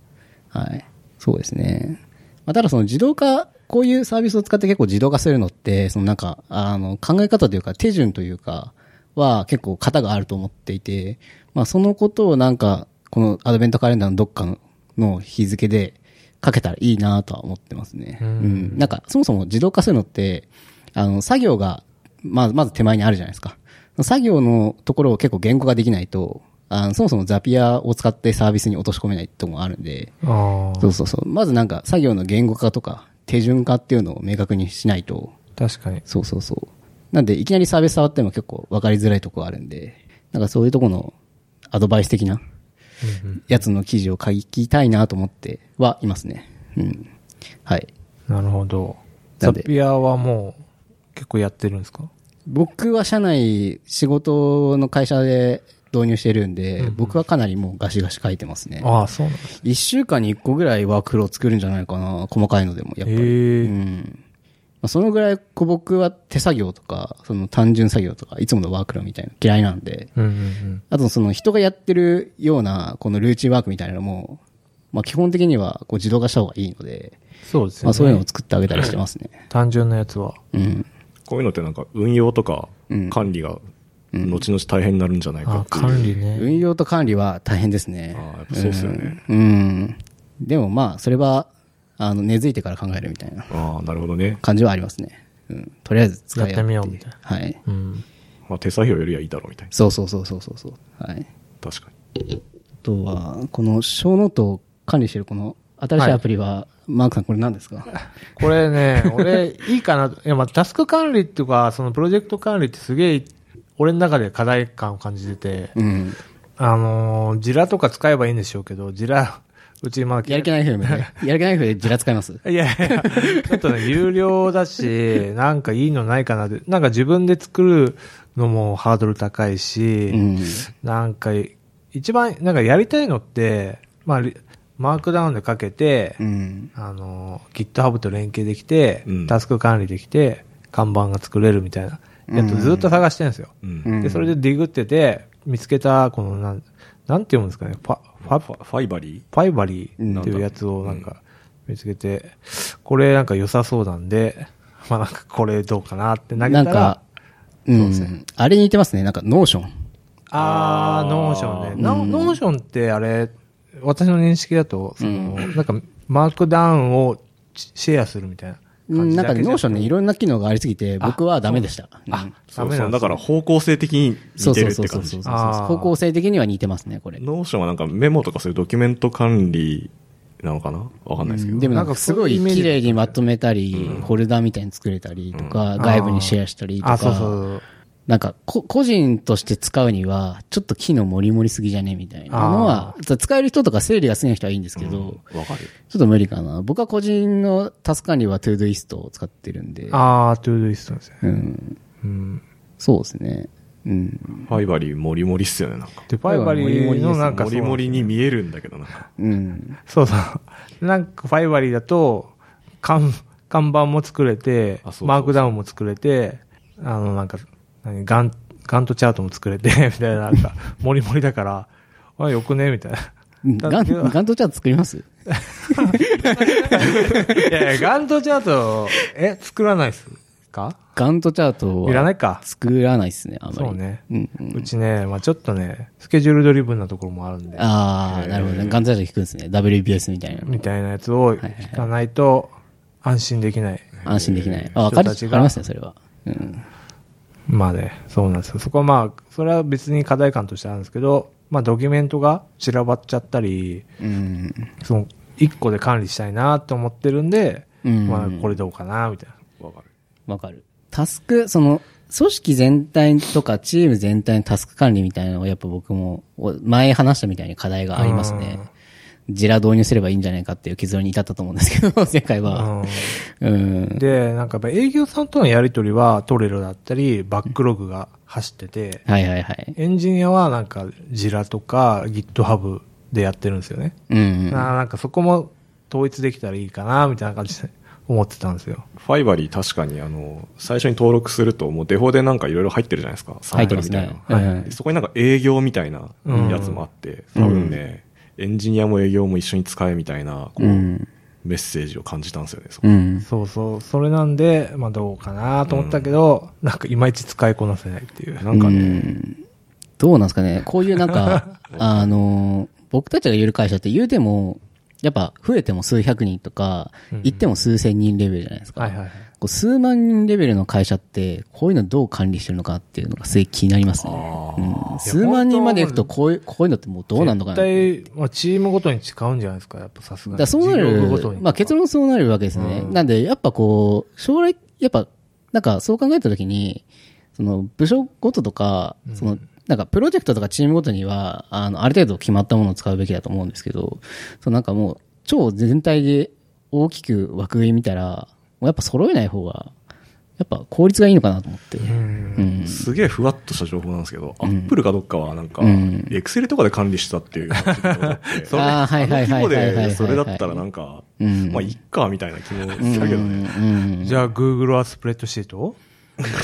はい。そうですね。まあ、ただその自動化、こういうサービスを使って結構自動化するのって、そのなんか、あの、考え方というか、手順というか、は結構型があると思っていて、まあそのことをなんか、このアドベントカレンダーのどっかの日付でかけたらいいなとは思ってますね。
うん
うんなんか、そもそも自動化するのって、あの、作業が、まあ、まず手前にあるじゃないですか。作業のところを結構言語化できないと、あのそもそもザピアを使ってサービスに落とし込めないとこもあるんで、
あ
そう
あ。
そうそう。まずなんか作業の言語化とか、手順化っていうのを明確にしないと、
確かに。
そうそうそう。なんで、いきなりサービス触っても結構分かりづらいとこあるんで、なんかそういうとこのアドバイス的な
うんうん
やつの記事を書きたいなと思ってはいますね。うん。はい。
なるほど。
な
ザ
んで
ピアはもう、結構やってるんですか
僕は社内、仕事の会社で導入してるんで、僕はかなりもうガシガシ書いてますね。
ああ、そうなんです
一週間に一個ぐらいワークフロー作るんじゃないかな。細かいのでも、やっぱり。
へえ
うん。まあ、そのぐらい、こう僕は手作業とか、その単純作業とか、いつものワークフローみたいなの嫌いなんで、
うんうんうん。
あとその人がやってるような、このルーチンワークみたいなのも、まあ基本的にはこう自動化した方がいいので、
そうですよね。
まあそういうのを作ってあげたりしてますね。
単純なやつは。
うん。
こういうのってなんか運用とか
うん
管理が後々大変になるんじゃないか
あ
っていう。
管理ね。
運用と管理は大変ですね。
ああやっぱそうっすよね
うん。うんでもまあ、それは、あの、根付いてから考えるみたいな
ああ、なるほどね。
感じはありますね。うん。とりあえず使い合
やってみようみたいな
はい。
うん。
まあ、手作業よりはいいだろうみたいな。
そうそうそうそうそうそう。はい。
確かに。
あとは、この小ノートを管理してるこの新しいアプリは、マークさんこれ何で すか
これね、 俺、いいかなと。いや、まあ、タスク管理っていうか、そのプロジェクト管理ってすげえ、俺の中で課題感を感じてて、
うん。
あのー、ジラとか使えばいいんでしょうけど、ジラ、うちまだ
やる気ないフレームで、やる気ないフレームでジラ使います
いやいや、ちょっとね、有料だ し、なんかいいのないかなって、なんか自分で作るのもハードル高いし、
うん。
なんか、一番、なんかやりたいのって、まあ、リマークダウンでかけて、
うん。
あの、GitHub と連携できて、
うん
タスク管理できて、看板が作れるみたいな、やつ
うん
ずっと探してるんですよ。
うん。
うん
で、それでディグってて、見つけた、この、なん、なんて読むんですかね、ファ、ファ、
ファファイバリ
ファイバリーっていうやつをなんか見つけて、これなんか良さそうなんで、まあなんかこれどうかなって投げ
な
た、、
んからう
そうです
ん。あれに似てますね。なんか、ノーション。
あ
あ
ー、
ー
ノーションね。な
うん
ノーションってあれ、私の認識だと、その、なんかマークダウンをシェアするみたいな
う
感
ん
じ
なんか
だ
ね、
けじゃ
ノーションね、いろんな機能がありすぎて、僕はダメでした。うん
ー。
ダ
そう
メ
そ
なん
う。
で
だ
す
から方向性的に
そ
似
う
て
そ
るっ
うそう
て
そう
感
そ
じ
う。。
あー
方向性的には似てますね、これ。
ノーションはなんかメモとかそういうドキュメント管理なのかなわかんないですけど。
でもなん
なん
か
か
す
す
ご
ごい
い
イメージ
綺麗にまとめたり、ホルダーみたいに作れたりとか、
ん
外部にシェアしたりと
あ、そう
か、
そう。
なんかこ個人として使うには、ちょっと機能盛り盛りすぎじゃねみたいなのは、使える人とか整理が好きな人はいいんですけど、
わかる。
ちょっと無理かな。僕は個人のタスク管理はトゥードゥイストを使ってるんで、
あー、トゥードゥイストですね。
うん、
うん。
そうですね。うん。
ファイバリーモリモリっすよね、なんか。
で、ファイバリーのなんか
モ
そう
リモリに見えるんだけど、なんか。
うん。
そうそう。なんかファイバリーだと、看、看板も作れて
あそうそうそう
マークダウンも作れて、あの、なんか、何ガン、ガントチャートも作れて、み たいな、なんか、もりもりだから、あ、よくねみたいな。
ガン、ガントチャート作ります
いやいや、ガントチャート、え、作らないっすか
ガントチャート
いらな
はい
か。
作らないですね、あんまり。
そうね。
うんうん
うちね、まあちょっとね、スケジュールドリブンなところもあるんで、
ああ、なるほどね。ガンツャート弾くんですね。WBS みたいな。
みたいなやつを聞かないと安心できない。
安心できない。あ、わかる、
人たちが
わかりますね、それは。うん。
まあね、そうなんですよ。そこはまあ、それは別に課題感としてあるんですけど、まあドキュメントが散らばっちゃったり、
うん。
その一個で管理したいなと思ってるんで、
うん
まあこれどうかな、みたいな。
わかる。
わかる。タスク、その、組織全体とかチーム全体のタスク管理みたいなのはやっぱ僕も、お前話したみたいに課題がありますね。ジラ導入すればいいんじゃないかっていう結論に至ったと思うんですけど、 世界は。
うん
うん。
で、なんかやっぱ営業さんとのやりとりはトレロだったり、バックログが走ってて、
はいはいはい。
エンジニアはなんか Jira とか GitHub でやってるんですよね。
うんうん。
ななんかそこも統一できたらいいかな、みたいな感じで思ってたんですよ。
ファイバリー確かにあの、最初に登録するともうデフォでなんかいろいろ入ってるじゃないですか。サンプルみたいな。
入ってますねはいはい
でそこになんか営業みたいなやつもあって、
うん
多分ね、エンジニアも営業も一緒に使えみたいな、こう、
うん。
メッセージを感じたんですよね、そこ
うん。
そうそう。それなんで、まあどうかなと思ったけど、なんかいまいち使いこなせないっていう。
なんか
う
ね、
んどうなんですかね。こういうなんか、あの、僕たちがいる会社って言うても、やっぱ増えても数百人とか、
うん
行っても数千人レベルじゃないですか。
はいはいはい。
こう数万人レベルの会社って、こういうのどう管理してるのかっていうのがすごい気になりますね。うん数万人まで行くと、こういう、こういうのってもうどうなんのかな。
絶対、まあチームごとに違うんじゃないですか、やっぱさすが
だ
に。
からそうな
事業部ごと
る、
に
まあ結論そうなるわけですね。
うん
なんで、やっぱこう、将来、やっぱ、なんかそう考えたときに、その部署ごととか、その、なんかプロジェクトとかチームごとには、あの、ある程度決まったものを使うべきだと思うんですけど、そのなんかもう、超全体で大きく枠組み見たら、もうやっぱ揃えない方が、やっぱ効率がいいのかなと 思って。
うん
うん。
すげえふわっとした情報なんですけど、アップルかどっかはなんか、
うん
エクセルとかで管理してたっていう話聞いたことあって。
それあーはいはいはいはいはいはいはい
あの規模でそれだったらなんか、
うん
まあ、いっか、みたいな気もしたけどね。
うん
じゃあ Google はスプレッドシート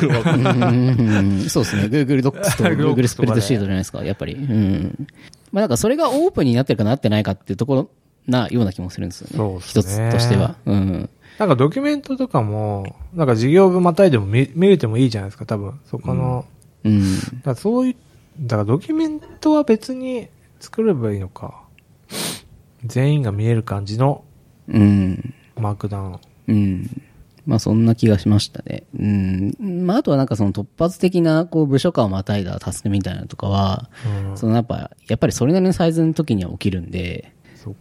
うんそうですね。Google ドックスと
Google
Google スプレッドシートじゃないですか、やっぱり。うん。まあなんかそれがオープンになってるかなってないかっていうところなような気もするんですよね。
そうっすね
一つとしては。うん。
なんかドキュメントとかも、なんか事業部またいでも見見れてもいいじゃないですか、多分。そこの、
うん。
だからそういう、だからドキュメントは別に作ればいいのか。全員が見える感じの
うん。
マークダウン。
うん。まあそんな気がしましたね。うん。まああとはなんかその突発的なこう部署間をまたいだタスクみたいなのとかは、
うん
そのやっぱ、やっぱりそれなりのサイズの時には起きるんで、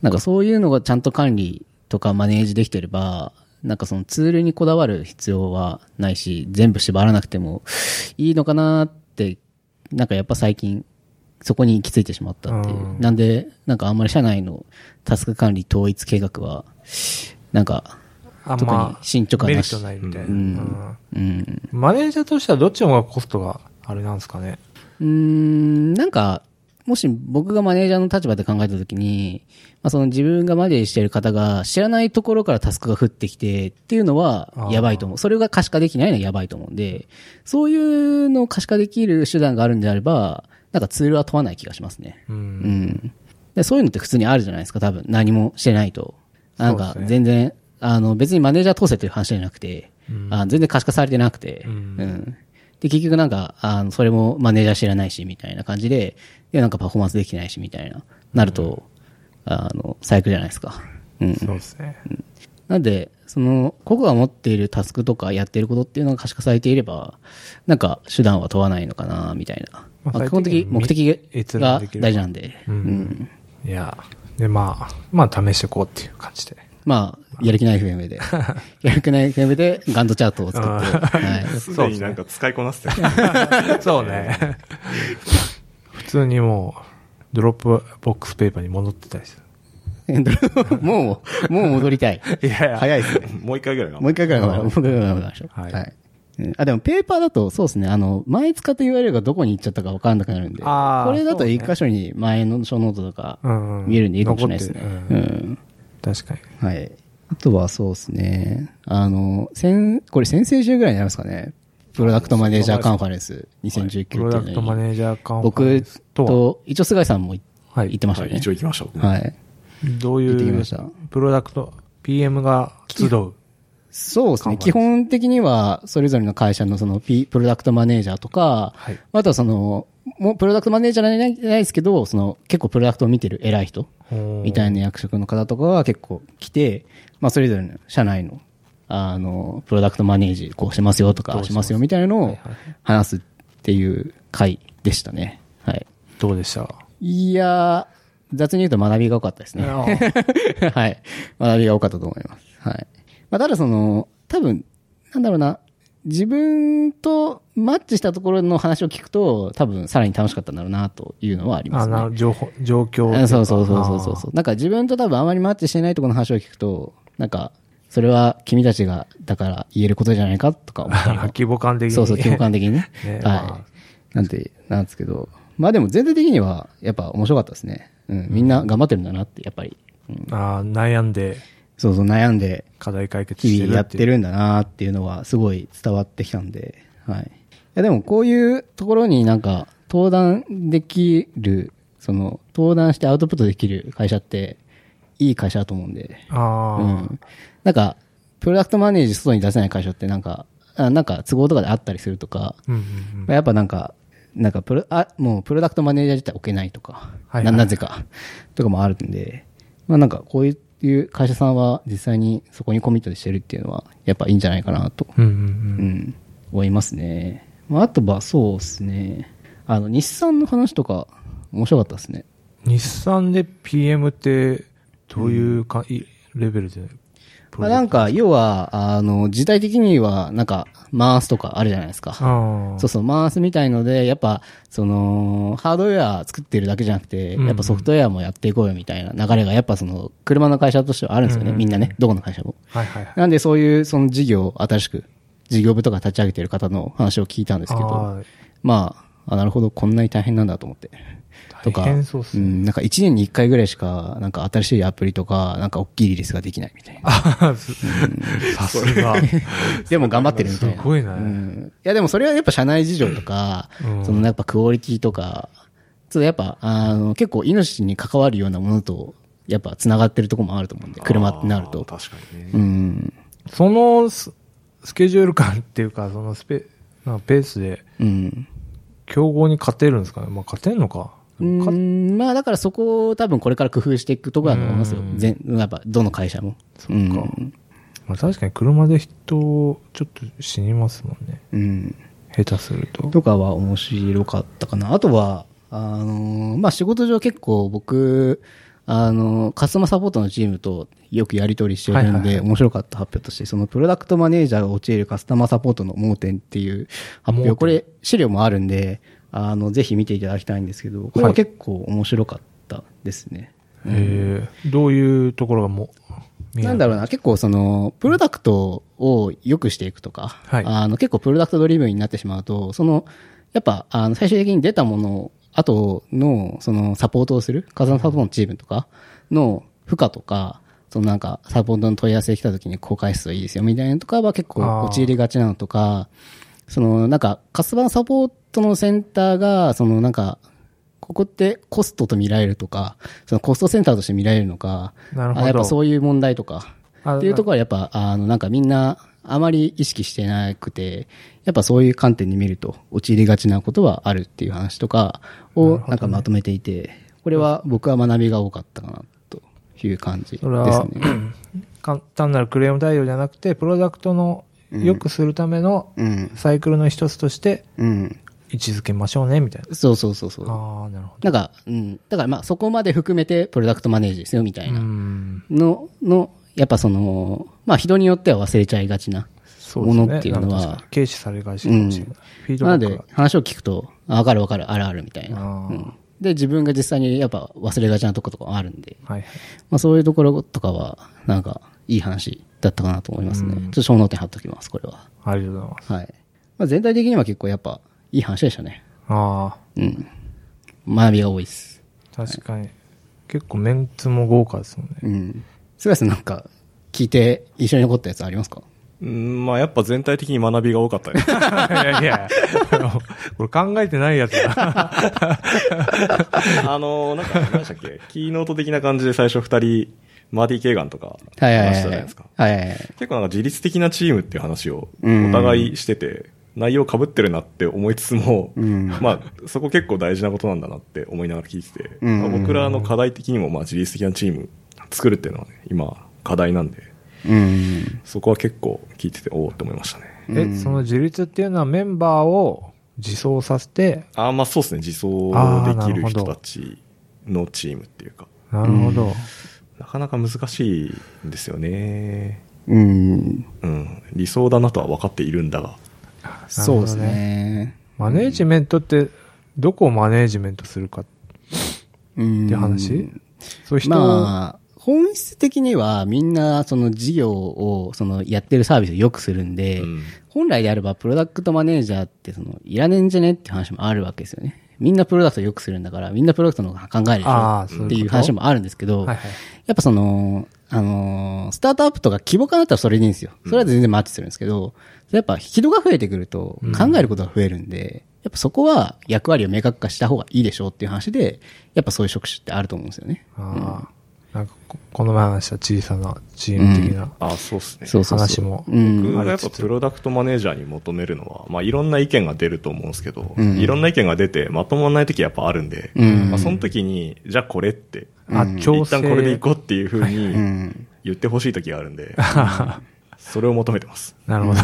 なんかそういうのがちゃんと管理とかマネージできてれば、なんかそのツールにこだわる必要はないし、全部縛らなくてもいいのかなって、なんかやっぱ最近、そこに行き着いてしまったっていう。
うん
なんで、なんかあんまり社内のタスク管理統一計画は、なんか、
あん
特に
ま、
進捗は
メリ
な
ッ
し
ト。ないみたいな、
うん
うん
うん。
マネージャーとしてはどっちの方がコストがあれなんですかね。
うーん、なんか、もし僕がマネージャーの立場で考えたときに、まあ、その自分がマネージしてる方が知らないところからタスクが降ってきてっていうのは
あー
やばいと思う。それが可視化できないのはやばいと思うんで、そういうのを可視化できる手段があるんであれば、なんかツールは問わない気がしますね。
う。
うんん。でそういうのって普通にあるじゃないですか、多分。何もしてないと。なん
そう
か
ですね
全然、あの別にマネージャー通せという話じゃなくて、
うん
あ全然可視化されてなくて、
うん
うんで、結局なんか、あの、それもマネージャー知らないし、みたいな感じで、で、なんかパフォーマンスできてないし、みたいな、なると、あの、最悪じゃないですか。うん。
そうですね。
なんで、その、個々が持っているタスクとかやってることっていうのが可視化されていれば、なんか手段は問わないのかな、みたいな。
まあ
まあ基本的
最
に
低限
目的
閲
が
覧できれば
大事なんで、
うんいや、で、まあ、まあ試していこうっていう感じ で。
まあ、やる気ない FM で、やる気ない FM でガントチャートを作って、はい。
すでになんか使いこなせてる。
そうね。普通にもう、ドロップボックスペーパーに戻ってたりす
もう、もう戻りたい。
る。いやいや、
早いですね。
もう一回ぐらいが
もう一回くらい頑 張ろう。もう一回くらい頑張りましょう。
はい
うんあ、でもペーパーだと、そうですね。あの、前使った URL がどこに行っちゃったか分かんなくなるんで。
あー
これだと一箇所に前の書ノートとか
うんうん
見えるんでいいかもしれないですね。
残って
う
る
ん。
確かに。
はい。あとはそうですね。あの、先、これ先々週ぐらいになりますかね。プロダクトマネージャーカンファレンス2019っていうのに
プロダクトマネージャーカンファレン
僕
スとは
と、一応菅井さんもい
はい
行ってました
は
よ
い、
ね
一。応行きました僕も。
はい。
どう
行ってき
い
ま
う
した
プロダクト、PM が集う。
そうです
カンファレン
ね。
ス
基本的には、それぞれの会社のその、P、プロダクトマネージャーとか、
はい
あとはその、もうプロダクトマネージャーじゃないないですけど、その、結構プロダクトを見てる偉い人みたいな役職の方とかが結構来て、まあ、それぞれの社内の、あの、プロダクトマネージ、こうしますよと
ど
か、
うし
し
ま
ますすよみたいなの
はい
を
はい
話すっていう回でしたね。はい。
どうでした
いやー、雑に言うと学びが多かったですね。 はい。学びが多かったと思います。はい。まあ、ただその、多分、なんだろうな、自分とマッチしたところの話を聞くと、多分さらに楽しかったんだろうなというのはありま
あ
すね。
な情報、状況
あそうそうそうそうそう
あ
そう。なんか自分と多分あまりマッチしてないところの話を聞くと、なんか、それは君たちが、だから言えることじゃないかとか思ったり
ー規模感的に。。
そうそう、共感的にね
ねま
はい。なんて、なんですけど。まあでも全体的には、やっぱ面白かったですね。うん。みんな頑張ってるんだなって、やっぱり。うん
あー悩んで
そうそう、悩んで、
課題解決して
日
る
々やって
いう。
るんだなっていうのは、すごい伝わってきたんで。はい。いやでも、こういうところになんか、登壇できる、その、登壇してアウトプットできる会社って、いい会社だと思うんで。
あ
う
ー
ん。なんか、プロダクトマネージ外に出せない会社ってなんか、あなんか都合とかであったりするとか、
うんうんうん
まあやっぱなんか、なんかプロ、あ、もうプロダクトマネージャー自体置けないとか、
はいはい
ななぜか、とかもあるんで、まあなんかこういう会社さんは実際にそこにコミットしてるっていうのは、やっぱいいんじゃないかなと、
うんうん
う
うん
ん、思いますね。まああとはそうですね、あの、日産の話とか、面白かったですね。
日産で PM って、どういうか、いレベルでプロ
まあな
ダ
ん
ク
か、要は、あの、時代的には、なんか、マースとかあるじゃないですか。
トあー
そうそう、回すみたいので、やっぱ、その、ハードウェア作ってるだけじゃなくて、
うん
やっぱソフトウェアもやっていこうよみたいな流れが、やっぱその、車の会社としてはあるんですよね、みんなね、どこの会社も。
はいはいはい。
なんでそういう、その事業を新しく、事業部とか立ち上げてる方の話を聞いたんですけど、
あー
まあ、あなるほど、こんなに大変なんだと思って。とか、
大変そうっすね
ん、なんか1年に1回ぐらいしか、なんか新しいアプリとか、なんか大きいリリースができないみたいな。
あ すさすが。
でも頑張ってるみたいな。
すごいね
うんいやでもそれはやっぱ社内事情とか、
うん
そのやっぱクオリティとか、ちょっとやっぱ、あの、結構命に関わるようなものと、やっぱ繋がってるとこもあると思うんで、車ってなると。
あー確かにね。
うん。
そのススケジュール感っていうか、そのスペ、なんかペースで、
うん。
競合に勝てるんですかねまあ、勝てんのか。
う
か
んまあだからそこを多分これから工夫していくとこだと思いますよ
う。ん
全、やっぱどの会社も。うん。
まあ、確かに車で人、ちょっと死にますもんね。
うん。
下手すると。
とかは面白かったかな。あとは、あのーまあ、仕事上結構僕、あのーカスタマーサポートのチームとよくやり取りしてるんで、
はいはいはい
面白かった発表として、そのプロダクトマネージャーが陥るカスタマーサポートの盲点っていう発
盲点
表、これ資料もあるんで、あの、ぜひ見ていただきたいんですけど、これ
は
はい結構面白かったですね。
えーどういうところがもう、
なんだろうな、結構その、プロダクトを良くしていくとか、
はい
あの結構プロダクトドリブンになってしまうと、その、やっぱ、あの、最終的に出たもの、後の、その、サポートをする、火山サポートのチームとかの負荷とか、そのなんか、サポートの問い合わせが来た時に公開するといいですよ、みたいなのとかは結
あー
構陥りがちなのとか、その、なんか、カスバンサポートのセンターが、そのなんか、ここってコストと見られるとか、そのコストセンターとして見られるのか、
なるほど
あやっぱそういう問題とか、
あ
っていうところはやっぱ、あの、なんかみんな、あまり意識してなくて、やっぱそういう観点に見ると、陥りがちなことはあるっていう話とかを、なんかまとめていて、これは僕は学びが多かったかな、という感じです
それは
ね。
簡単なるクレーム対応じゃなくて、プロダクトの良くするための
うん。
サイクルの一つとして
うん。
位置づけましょうね、みたい
そうそうそうそう
な。。ああ、なるほ
なんか、うん。だからまあそこまで含めてプロダクトマネージですよ、みたい
ど。う
な。
ん。
の、の、やっぱその、まあ人によっては忘れちゃいがちな。
そうですね。
ものっていう
な
のは
んか確かに軽視されがちかもしれない。フィードバ
なの
ッ
で
ク、
話を聞くと、あわかるわかる、あるあるみたい
が。
な。
あ
う
ー
んで、自分が実際にやっぱ忘れがちなとことかもあるんで、
はいはい。
まあそういうところとかは、なんか、いい話だったかなと思いますね。
うん
ちょっと小脳点貼っときます、これは。
ありがとうございます。
はい。まあ全体的には結構やっぱ、いい話でしたね。
あ
うん。学びが多いです。
あ、確かに。結構メンツも豪華ですもんね。
うん。菅井さんなんか、聞いて一緒に残ったやつありますか
うん、まあやっぱ全体的に学びが多かったね。
いやいや、あのこれ考えてないやつだ。
あのーなんか、何でしたっけキーノート的な感じで最初二人、マーティ・ケーガンとか、
はいはい
話
は
し
い
たじゃ
は
ない
い
ですか。。
はいはいはい。
結構なんか自律的なチームっていう話を
うん
お互いしてて、内容被ってるなって思いつつも、
うん
まあそこ結構大事なことなんだなって思いながら聞いてて、
うん
まあ僕らの課題的にもまあ自律的なチーム作るっていうのはね、今課題なんで、
うん。
そこは結構聞いてて、おおって思いましたね。
う
え、
ん
その自立っていうのはメンバーを自走させて、
あーまあそうですね、自走できる人たちのチームっていうか、
なるほど。
なかなか難しいんですよね。
うん。
うん、理想だなとは分かっているんだが、
そうですね。
マネージメントって、どこをマネージメントするか
うん。
って話そういう人を、
まあ、本質的にはみんなその事業を、そのやってるサービスを良くするんで、
うん
本来であればプロダクトマネージャーってその、いらねえんじゃねって話もあるわけですよね。みんなプロダクトを良くするんだから、みんなプロダクトの方が考えるでし
あーそういう
ょ
こ
っ
と
ていう話もあるんですけ
は
ど、
いはい。
やっぱその、あのースタートアップとか規模感だったらそれでいいんですよ。それは全然マッチするんですけど、やっぱ人が増えてくると考えることが増えるんで、やっぱそこは役割を明確化した方がいいでしょうっていう話で、やっぱそういう職種ってあると思うんですよね。
ああ、なんかこ、この前話した小さなチーム的な
あーそうですね。
そうそうそう。
話も
うん。
僕がやっぱプロダクトマネージャーに求めるのは、まあ、いろんな意見が出ると思うんですけど、
うん
いろんな意見が出てまとまらない時やっぱあるんで、
うん
まあ、その時に、じゃあこれって、
あ、調
一
整。
旦これでいこうっていうふう
う
に
ん。
言ってほしい時があるん で、それを求めてます。
なるほど。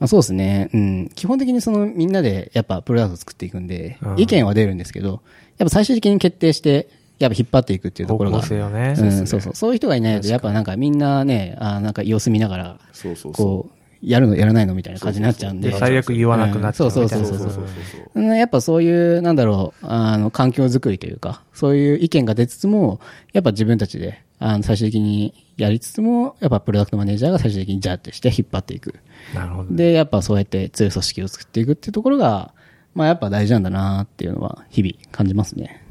まあ、そうですね。うん。基本的にそのみんなでやっぱプロダクトを作っていくんで
う、ん
意見は出るんですけど、やっぱ最終的に決定して、やっぱ引っ張っていくっていうと
方
ころが。
向性をね。
うん、そうそう。そういう人がいないと、やっぱなんかみんなね、あーなんか様子見ながら、
そうそうそう。
こう、やるのやらないのみたいな感じになっちゃうんで。
で最悪言わなくなっちゃうみたいな。
うん
そうそうそうそう
うんやっぱそういう、なんだろう、あの、環境づくりというか、そういう意見が出つつも、やっぱ自分たちで、あの、最終的にやりつつも、やっぱプロダクトマネージャーが最終的にジャッジして引っ張っていく。
なるほど。
で、やっぱそうやって強い組織を作っていくっていうところが、まあやっぱ大事なんだなっていうのは日々感じますね。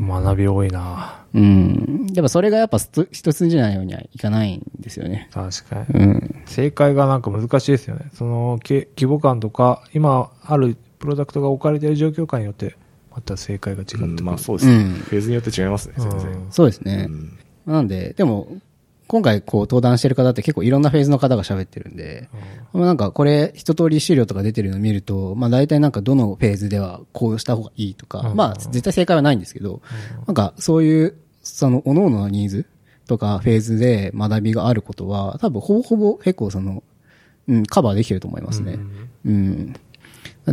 学び多いな
うん。やっぱそれがやっぱ一一筋なようにはいかないんですよね。
確かに。
うん。
正解がなんか難しいですよね。そのけ規模感とか、今あるプロダクトが置かれている状況下によって、また正解が違ってく
う
る。
んまあそうですね、
うん
フェーズによって違いますね、全然。
そうですね。
うん
なんで、でも、今回こう登壇してる方って結構いろんなフェーズの方が喋ってるんで、まあなんかこれ一通り資料とか出てるの見ると、まあ大体なんかどのフェーズではこうした方がいいとか、
うん
まあ絶対正解はないんですけど、なんかそういう、その、各々のニーズとかフェーズで学びがあることは、多分ほぼほぼ結構その、うん、カバーできてると思いますね。うん。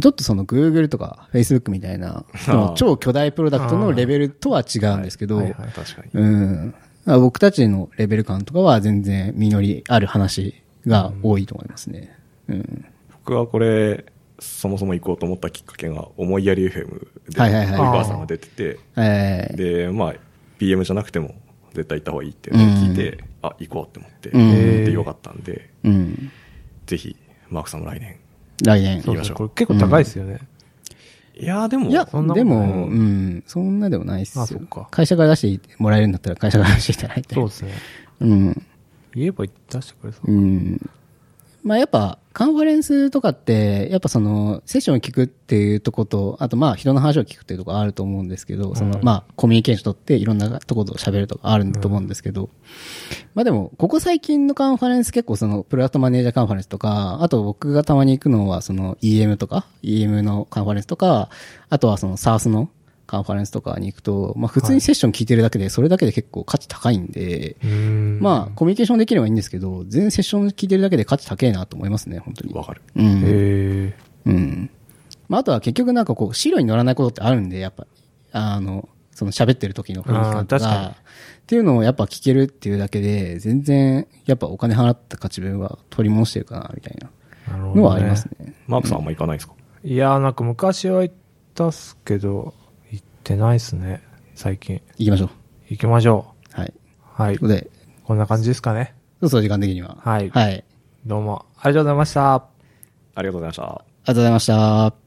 ちょっとその Google とか Facebook みたいな、その超巨大プロダクトのレベルとは違うんですけど、
はいはい
確かに。
うん。まあ僕たちのレベル感とかは全然実りある話が多いと思いますね。うん。
僕はこれ、そもそも行こうと思ったきっかけが、思いやり FM で、
はいはいはい
お母さんが出てて、
えー
で、まあ、PM じゃなくても絶対行った方がいいっていうのを聞いて、あ、行こうって思って、
うん
で、よかったんで、
うん。
ぜひ、マークさんも来年。
来年。
そう
行きましょう
これ結構高いですよね。
いやーでも、
いや、
そんなもん
でも、うん、そんなでもないっすよ
あそっか
会社から出してもらえるんだったら会社から出していただいて。
そうですね。
うん。
言えば出してくれそう
う。ん。まあやっぱ、カンファレンスとかって、やっぱその、セッションを聞くっていうとこと、あとまあ人の話を聞くっていうとこあると思うんですけど、その、まあコミュニケーション取っていろんなとこと喋るとかあると思うんですけど、まあでも、ここ最近のカンファレンス結構その、プロダクトマネージャーカンファレンスとか、あと僕がたまに行くのはその EM とか、EM のカンファレンスとか、あとはその SARS のカンファレンスとかに行くと、まあ普通にセッション聞いてるだけで、それだけで結構価値高いんで、
うん
まあ、コミュニケーションできればいいんですけど、全セッション聞いてるだけで価値高えなと思いますね、本当に。
わかる。
う
へ
ん。
え。
うん。まあ、あとは結局なんかこう、資料に乗らないことってあるんで、やっぱ、あの、その喋ってる時の雰囲気
あー
感と
確かに
か、っていうのをやっぱ聞けるっていうだけで、全然、やっぱお金払った価値分は取り戻してるかな、みたいな
なるほど、ね。
のはありますね。
マークさんあんま行かないですか、
いやー、なんか昔は行ったっすけど、行ってないっすね。最近。
行きましょう。
行きましょ
はい。
う。は
とい
いう
こ。とで、
こんな感じですかね。
そうそう、時間的には。
はい
はい。ありがとう
どうも、ありがとうございました。
ありがとうございました。
ございました。